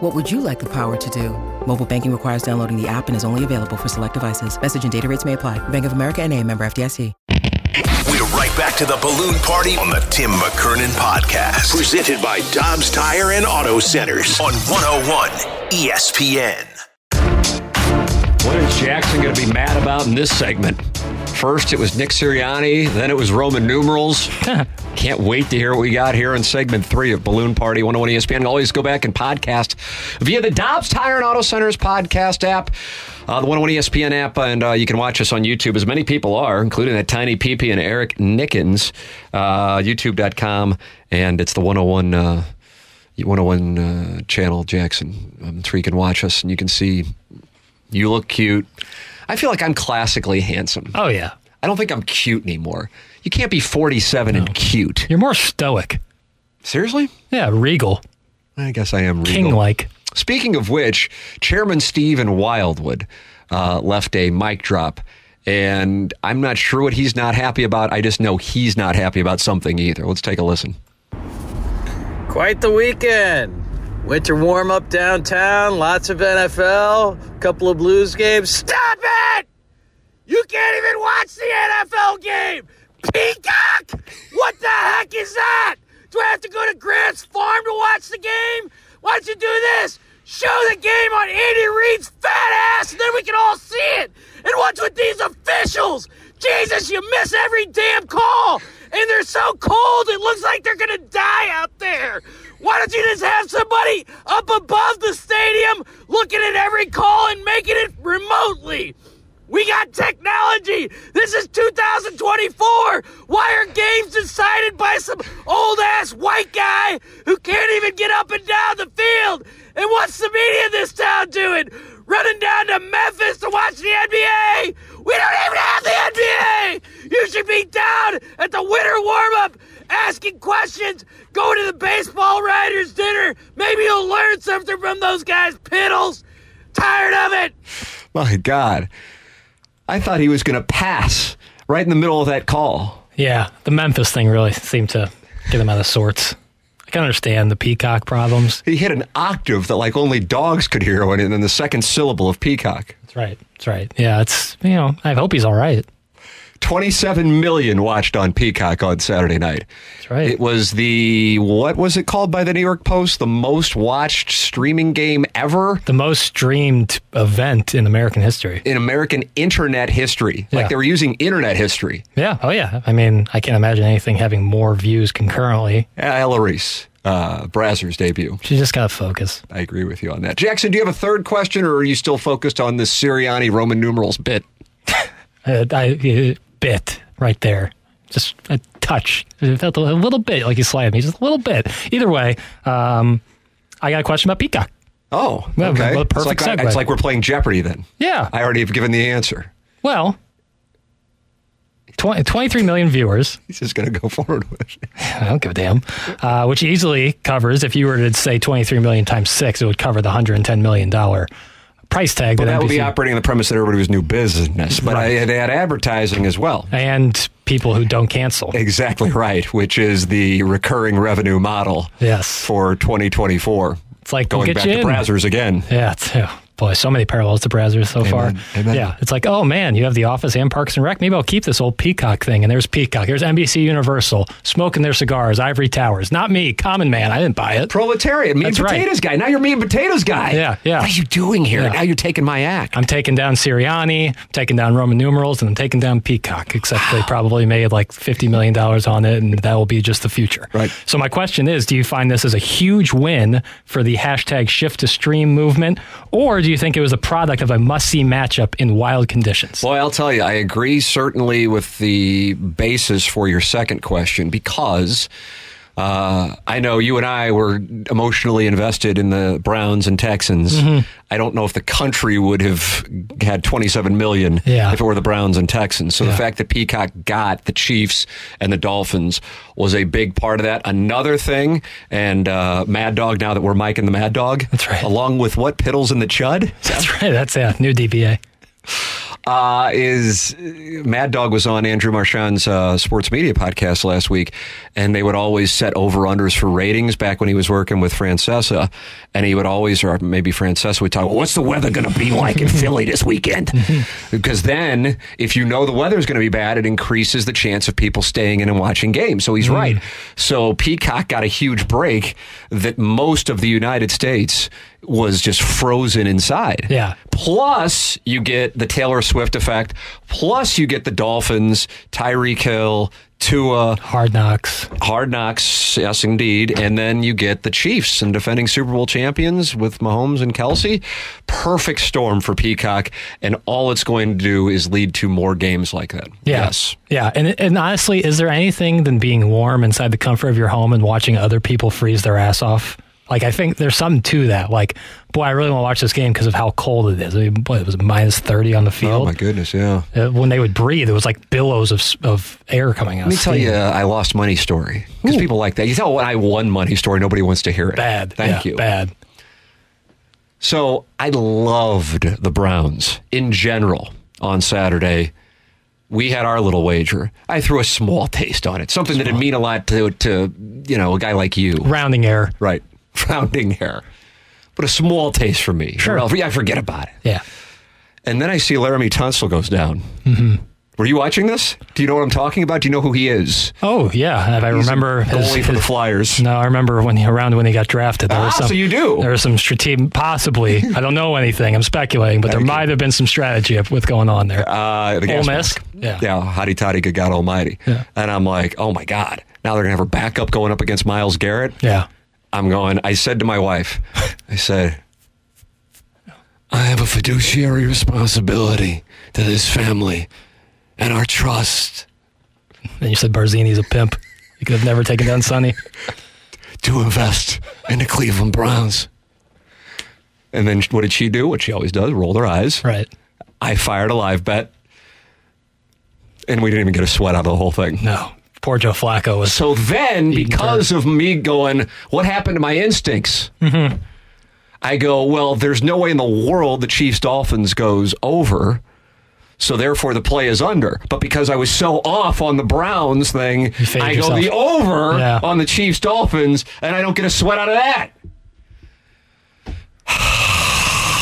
F: What would you like the power to do? Mobile banking requires downloading the app and is only available for select devices. Message and data rates may apply. Bank of America and a member FDIC.
A: We're right back to the balloon party on the Tim McKernan podcast, presented by Dobbs Tire oh E and Auto Centers on 101 ESPN.
B: What is Jackson going to be mad about in this segment? First, it was Nick Sirianni, then it was Roman numerals. Can't wait to hear what we got here in segment three of Balloon Party 101 ESPN. Always go back and podcast via the Dobbs Tire and Auto Centers podcast app, uh, the 101 ESPN app, and uh, you can watch us on YouTube, as many people are, including that Tiny PP and Eric Nickens, uh, youtube.com, and it's the 101. Uh, 101 uh, channel Jackson. Um, so you can watch us and you can see you look cute. I feel like I'm classically handsome.
C: Oh, yeah.
B: I don't think I'm cute anymore. You can't be 47 and cute.
C: You're more stoic.
B: Seriously?
C: Yeah, regal,
B: I guess I am regal.
C: king like.
B: Speaking of which, Chairman Stephen Wildwood uh, left a mic drop, and I'm not sure what he's not happy about. I just know he's not happy about something either. Let's take a listen.
G: Quite the weekend. Winter warm up downtown, lots of NFL, couple of blues games. Stop it! You can't even watch the NFL game! Peacock! What the heck is that? Do I have to go to Grant's farm to watch the game? Why don't you do this? Show the game on Andy Reid's fat ass, and then we can all see it! And what's with these officials? Jesus, you miss every damn call! And they're so cold, it looks like they're gonna die out there! Why don't you just have somebody up above the stadium looking at every call and making it remotely? We got technology. This is 2024. Why are games decided by some old ass white guy who can't even get up and down the field? And what's the media in this town doing? Running down to Memphis to watch the NBA? We don't even have the NBA. You should be down at the winter warm up asking questions, going to the baseball writers' dinner. Maybe you'll learn something from those guys' piddles. Tired of it.
B: My God. I thought he was going to pass right in the middle of that call.
C: Yeah, the Memphis thing really seemed to get him out of sorts. I can understand the peacock problems.
B: He hit an octave that like only dogs could hear, and then the second syllable of peacock.
C: That's right. That's right. Yeah, it's, you know, I hope he's all right.
B: 27 million watched on Peacock on Saturday night.
C: That's right.
B: It was the, what was it called by the New York Post? The most watched streaming game ever
C: the most streamed event in American history.
B: in American internet history.
C: Yeah.
B: Like they were using internet history.
C: Yeah. Oh, yeah. I mean, I can't imagine anything having more views concurrently.
B: Ella Reese, uh, Brazzers debut.
C: She just got to focus.
B: I agree with you on that. Jackson, do you have a third question or are you still focused on this Sirianni Roman numerals bit?
C: Uh, I, uh, bit right there. Just a touch. It felt a little bit like you slammed me, just a little bit. Either way, um, I got a question about Peacock.
B: Oh,
C: Well,
B: okay.
C: well, perfect
B: it's, like,
C: segue.
B: it's like we're playing Jeopardy then.
C: Yeah.
B: I already have given the answer.
C: Well, 20, 23 million viewers.
B: He's just going to go forward with it.
C: I don't give a damn. Uh, which easily covers, if you were to say 23 million times six, it would cover the $110 million price tag
B: Well,
C: that
B: that would be
C: NBC
B: operating on the premise that everybody was new business, but I had add advertising as well.
C: and people who don't cancel.
B: Exactly right, which is the recurring revenue model
C: Yes.
B: for 2024.
C: It's like, we'll
B: Going
C: get
B: back
C: you
B: to
C: in.
B: Brazzers again.
C: Yeah, it's, oh, boy, so many parallels to Brazzers so far.
B: Amen.
C: Yeah, it's like, oh man, you have The Office and Parks and Rec. Maybe I'll keep this old Peacock thing. And there's Peacock. Here's NBC Universal smoking their cigars, Ivory Towers. Not me, common man. I didn't buy it.
B: Proletariat, meat and
C: That's right.
B: potatoes guy. Now you're meat and potatoes guy.
C: Yeah, yeah.
B: What are you doing here?
C: Yeah.
B: Now you're taking my act.
C: I'm taking down Sirianni, I'm taking down Roman numerals, and I'm taking down Peacock, except they probably made like $50 million on it, and that will be just the future.
B: Right.
C: So, my question is do you find this as a huge win for the hashtag shift to stream movement, or do you think it was a product of a must see matchup in wild conditions?
B: Boy, I'll tell you, I agree certainly with the basis for your second question because uh, I know you and I were emotionally invested in the Browns and Texans.
C: Mm-hmm.
B: I don't know if the country would have had 27 million
C: Yeah.
B: if it were the Browns and Texans. So the fact that Peacock got the Chiefs and the Dolphins was a big part of that. Another thing, and uh, Mad Dog, now that we're Mike and the Mad Dog,
C: That's right.
B: along with what? Piddles and the Chud?
C: That's right. That's a new DBA.
B: uh, is Mad Dog was on Andrew Marchand's uh, sports media podcast last week, and they would always set over unders for ratings back when he was working with Francesa, and he would always, or maybe Francesa would talk, "What's the weather going to be like in Philly this weekend?" because then, if you know the weather's going to be bad, it increases the chance of people staying in and watching games. So he's right. So Peacock got a huge break that most of the United States was just frozen inside.
C: Yeah.
B: Plus, you get the Taylor Swift effect. Plus, you get the Dolphins, Tyreek Hill, Tua,
C: Hard knocks.
B: Hard Knocks, yes, indeed. And then you get the Chiefs and defending Super Bowl champions with Mahomes and Kelsey. Perfect storm for Peacock. And all it's going to do is lead to more games like that.
C: Yeah.
B: Yes.
C: Yeah. And, and honestly, is there anything than being warm inside the comfort of your home and watching other people freeze their ass off? Like, I think there's something to that. Like, boy, I really want to watch this game because of how cold it is. I mean, boy, it was minus 30 on
B: Oh,
C: the field.
B: my goodness. Yeah.
C: Uh, when they would breathe, it was like billows of, s- of air coming out.
B: Let me tell you, uh, I lost money story because people like that. You tell when I won money story, nobody wants to hear it.
C: Bad.
B: Thank
C: Yeah,
B: you.
C: Bad.
B: So I loved the Browns in general on Saturday. We had our little wager. I threw a small taste on it, something that'd mean a lot to, to you know a guy like you,
C: Rounding error.
B: right? Rounding hair, but a small taste for me.
C: Sure.
B: Well, yeah, forget about it.
C: Yeah.
B: And then I see Laramie Tunsil goes down. Mm-hmm. Were you watching this? Do you know what I'm talking about? Do you know who he is?
C: Oh, yeah. I, I remember his,
B: goalie for the
C: his-
B: Flyers.
C: No, I remember when he, around when he got drafted. There
B: Ah,
C: was some,
B: so you do.
C: There was some strategic, possibly. I don't know anything. I'm speculating, but there might have been some strategy of what's going on there.
B: uh, the
C: Ole
B: gas
C: Miss?
B: mask.
C: Yeah.
B: Yeah. Hotty toddy, good God Almighty. And I'm like, oh my God. Now they're going to have her backup going up against Miles Garrett.
C: yeah.
B: I'm going, I said to my wife, I said, I have a fiduciary responsibility to this family and our trust
C: And you said Barzini's a pimp. You could have never taken down Sonny.
B: to invest in the Cleveland Browns. And then what did she do? What she always does, roll her eyes.
C: Right.
B: I fired a live bet. And we didn't even get a sweat out of the whole thing.
C: No. Poor Joe Flacco was.
B: So then, because of me going, what happened to my instincts?
C: Mm-hmm.
B: I go, well, there's no way in the world the Chiefs Dolphins goes over. So therefore, the play is under. But because I was so off on the Browns thing,
C: You faded
B: I go
C: yourself.
B: the over
C: Yeah.
B: on the Chiefs Dolphins, and I don't get a sweat out of that.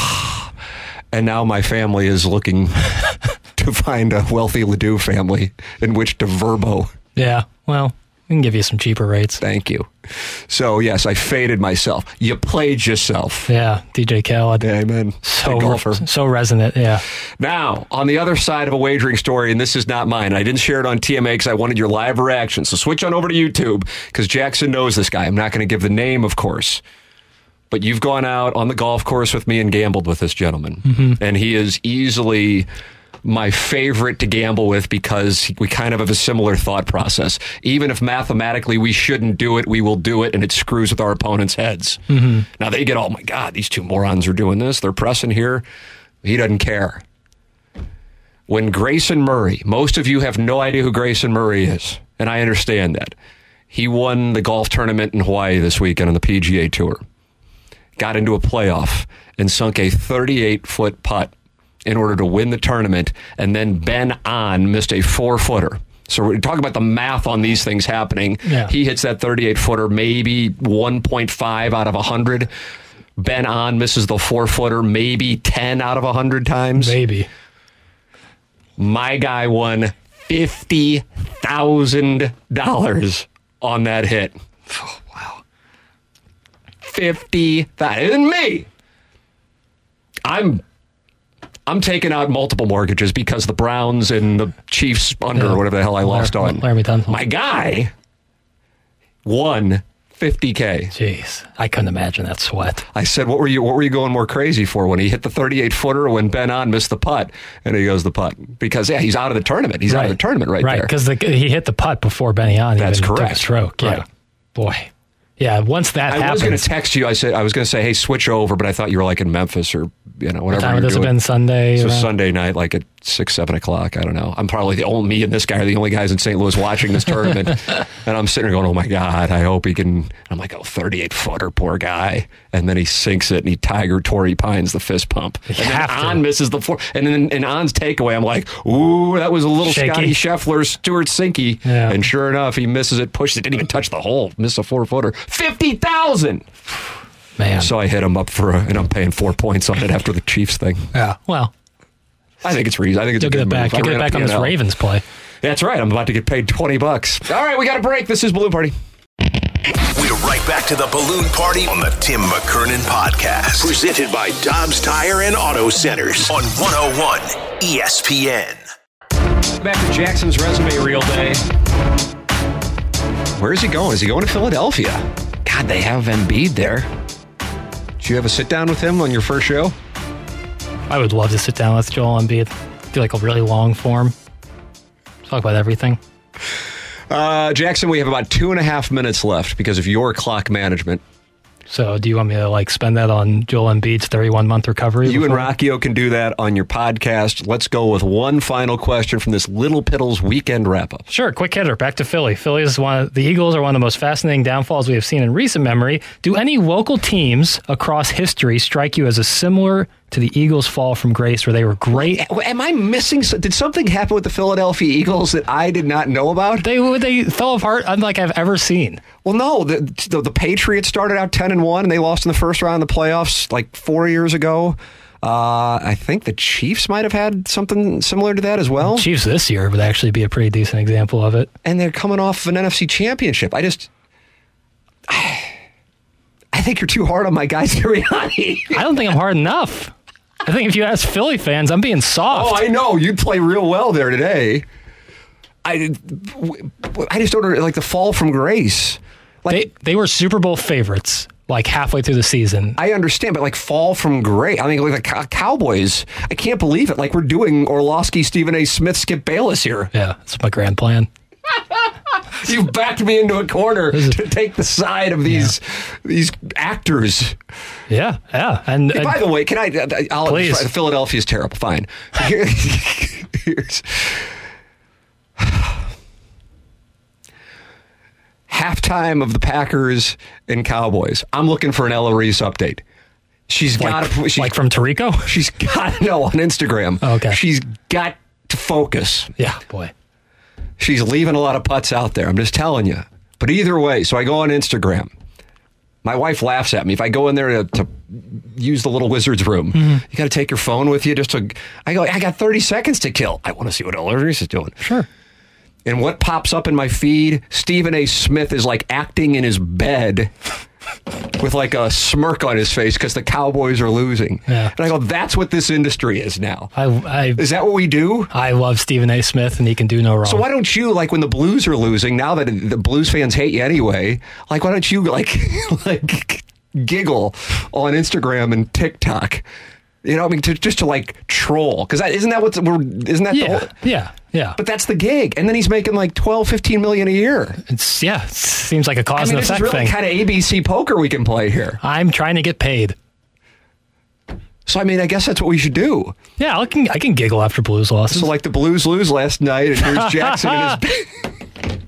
B: And now my family is looking to find a wealthy Ledoux family in which to verbo.
C: Yeah. Well, we can give you some cheaper rates.
B: Thank you. So yes, I faded myself. You played yourself.
C: Yeah. DJ Khaled.
B: Amen.
C: So,
B: Big golfer.
C: so resonant. Yeah.
B: Now, on the other side of a wagering story, and this is not mine. I didn't share it on TMA because I wanted your live reaction. So switch on over to YouTube because Jackson knows this guy. I'm not going to give the name, of course. But you've gone out on the golf course with me and gambled with this gentleman. And he is easily my favorite to gamble with because we kind of have a similar thought process. Even if mathematically we shouldn't do it, we will do it, and it screws with our opponents' heads. Now they get, oh my God, these two morons are doing this. They're pressing here. He doesn't care when Grayson Murray, most of you have no idea who Grayson Murray is, and I understand that. He won the golf tournament in Hawaii this weekend on the PGA Tour, got into a playoff, and sunk a 38 foot putt in order to win the tournament, and then Ben on missed a four footer. So we're talking about the math on these things happening.
C: Yeah.
B: He hits that 38 footer, maybe 1.5 out of 100. Ben on misses the four footer, maybe 10 out of 100 times
C: Baby.
B: my guy won fifty thousand dollars on that hit. Oh, wow, fifty that isn't me. I'm I'm taking out multiple mortgages because the Browns and the Chiefs under
C: Yeah.
B: or whatever the hell I lost
C: Lar-
B: on.
C: Laramie Tunsil.
B: My guy won. 50k.
C: Jeez. I couldn't imagine that sweat.
B: I said, "What were you? What were you going more crazy for when he hit the 38 footer when Ben on missed the putt?" And he goes, "The putt," because yeah, he's out of the tournament. He's out of the tournament right,
C: Right.
B: there.
C: Because he hit the putt before Benny on.
B: That's
C: even Took a
B: correct.
C: stroke. Yeah.
B: Right.
C: Boy. Yeah. Once that
B: I was
C: happens.
B: going to text you. I said I was going to say, "Hey, switch over," but I thought you were like in Memphis or you know whatever.
C: time
B: you're
C: would this have
B: doing.
C: been Sunday?
B: So
C: uh, around-
B: Sunday night, like at six, seven o'clock. I don't know. I'm probably the only me and this guy are the only guys in St. Louis watching this tournament, and I'm sitting there going, "Oh my god, I hope he can." I'm like, "Oh, 38 footer, poor guy," and then he sinks it, and he Tiger Tory pines the fist pump, and then
C: have to.
B: On misses the four, and then and On's takeaway. I'm like, "Ooh, that was a little
C: Shaky.
B: Scotty Scheffler, Stuart Sinky,"
C: Yeah.
B: and sure enough, he misses it, pushes it, didn't even touch the hole, missed a four footer, fifty thousand.
C: Man.
B: So I hit him up for, a, and I'm paying four points on it after the Chiefs thing.
C: yeah. Well,
B: I think it's reasonable. I think it's
C: you'll
B: a
C: get
B: good
C: it back.
B: move.
C: You'll
B: I
C: get it
B: ran
C: back
B: a
C: on this
B: P&L.
C: Ravens play.
B: That's right. I'm about to get paid twenty bucks. All right, we got a break. This is Balloon Party.
A: We're right back to the balloon party on the Tim McKernan podcast. Presented by Dobbs Tire and Auto Centers on 101 E ESPN.
B: Back to Jackson's resume reel day. Where is he going? Is he going to Philadelphia? God, they have Embiid there. Did you have a sit down with him on your first show?
C: I would love to sit down with Joel Embiid, do like a really long form, talk about everything.
B: Uh, Jackson, we have about two and a half minutes left because of your clock management.
C: So, do you want me to like spend that on Joel Embiid's 31 month recovery?
B: You and
C: before-
B: Rocchio can do that on your podcast. Let's go with one final question from this Little Piddles weekend wrap up.
C: Sure, quick hitter. Back to Philly. Philly is one. Of, the Eagles are one of the most fascinating downfalls we have seen in recent memory. Do any local teams across history strike you as a similar to the Eagles' fall from grace, where they were great?
B: Oh, Am I missing? so- Did something happen with the Philadelphia Eagles that I did not know about?
C: They they fell apart unlike I've ever seen.
B: Well, no. The, the, the Patriots started out ten and one, and they lost in the first round of the playoffs like four years ago. Uh, I think the Chiefs might have had something similar to that as well.
C: Chiefs this year would actually be a pretty decent example of it.
B: and they're coming off of an NFC championship. I just, I think you're too hard on my guy Sirianni.
C: I don't think I'm hard enough. I think if you ask Philly fans, I'm being soft.
B: Oh, I know you play real well there today. I, w- w- I just don't under- like the fall from grace.
C: they they were Super Bowl favorites like halfway through the season.
B: I understand, but like fall from grace. I mean, like the cow- Cowboys. I can't believe it. Like we're doing Orlovsky, Stephen A. Smith, Skip Bayless here.
C: yeah, that's my grand plan.
B: You backed me into a corner to take the side of these these actors.
C: Yeah, yeah, and,
B: Hey,
C: and
B: by the way, can I? uh, I'll
C: Please.
B: Philadelphia is terrible. Fine. Here- here's halftime of the Packers and Cowboys. I'm looking for an Ella Reese update. She's got to. She's,
C: like from Tarico.
B: she's got to know on Instagram.
C: Oh, Okay.
B: She's got to focus.
C: Yeah, boy.
B: She's leaving a lot of putts out there. I'm just telling you. But either way, so I go on Instagram. My wife laughs at me if I go in there to, to use the little wizard's room.
C: Mm-hmm.
B: You got to take your phone with you just to. I go. I got 30 seconds to kill. I want to see what Ellery's is doing.
C: Sure.
B: And what pops up in my feed? Stephen A. Smith is like acting in his bed with like a smirk on his face because the Cowboys are losing.
C: Yeah.
B: And I go, that's what this industry is now.
C: I I
B: Is that what we do?
C: I love Stephen A. Smith, and he can do no wrong.
B: So why don't you like when the Blues are losing? Now that the Blues fans hate you anyway, like why don't you like like giggle on Instagram and TikTok? You know, I mean, to, just to like troll because isn't that what we're isn't that the
C: yeah,
B: whole,
C: yeah, yeah.
B: but that's the gig, and then he's making like 12, 15 million a year.
C: it's yeah. It seems like a
B: I
C: cause
B: mean,
C: and
B: this is
C: effect
B: really
C: thing.
B: kind of ABC poker we can play here.
C: I'm trying to get paid.
B: So I mean, I guess that's what we should do.
C: Yeah, I can I can giggle after Blues losses.
B: So like the Blues lose last night, and here's Jackson and his.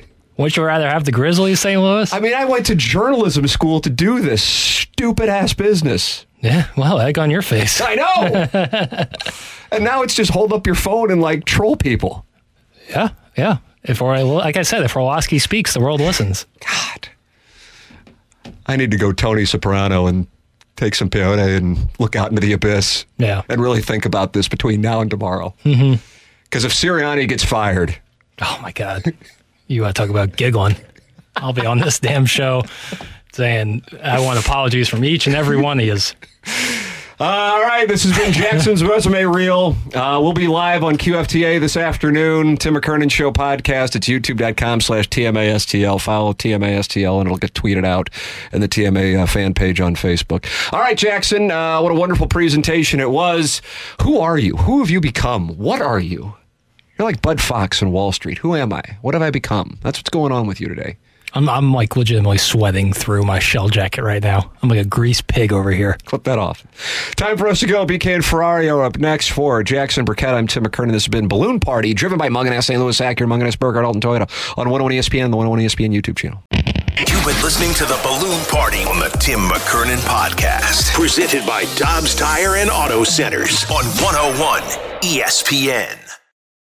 C: Would you rather have the Grizzlies, St. Louis?
B: I mean, I went to journalism school to do this stupid ass business.
C: yeah. Well, egg on your face.
B: I know. and now it's just hold up your phone and like troll people.
C: Yeah, yeah. If or like I said, if Orlowski speaks, the world listens.
B: God. I need to go Tony Soprano and take some peyote and look out into the abyss.
C: Yeah.
B: And really think about this between now and tomorrow. Because if Sirianni gets fired,
C: Oh my God, you want to talk about giggling? I'll be on this damn show saying I want apologies from each and every one of yous.
B: All right, this has been Jackson's resume reel. Uh, we'll be live on QFTA this afternoon. Tim McKernan Show podcast. It's youtube.com slash TMASTL. Follow TMASTL and it'll get tweeted out and the TMA uh, fan page on Facebook. All right, Jackson, uh, what a wonderful presentation it was. Who are you? Who have you become? What are you? You're like Bud Fox in Wall Street. Who am I? What have I become? That's what's going on with you today.
C: I'm I'm like legitimately sweating through my shell jacket right now. I'm like a grease pig over here.
B: Clip that off. Time for us to go. BK and Ferrari are up next for Jackson Burkett. I'm Tim McKernan. This has been Balloon Party, driven by Munganess St. Louis Acura, Munganess Burger, Alton Toyota on 101 ESPN, the 101 ESPN YouTube channel.
A: You've been listening to the Balloon Party on the Tim McKernan podcast. oh E Presented by Dobbs Tire and Auto Centers on 101 ESPN.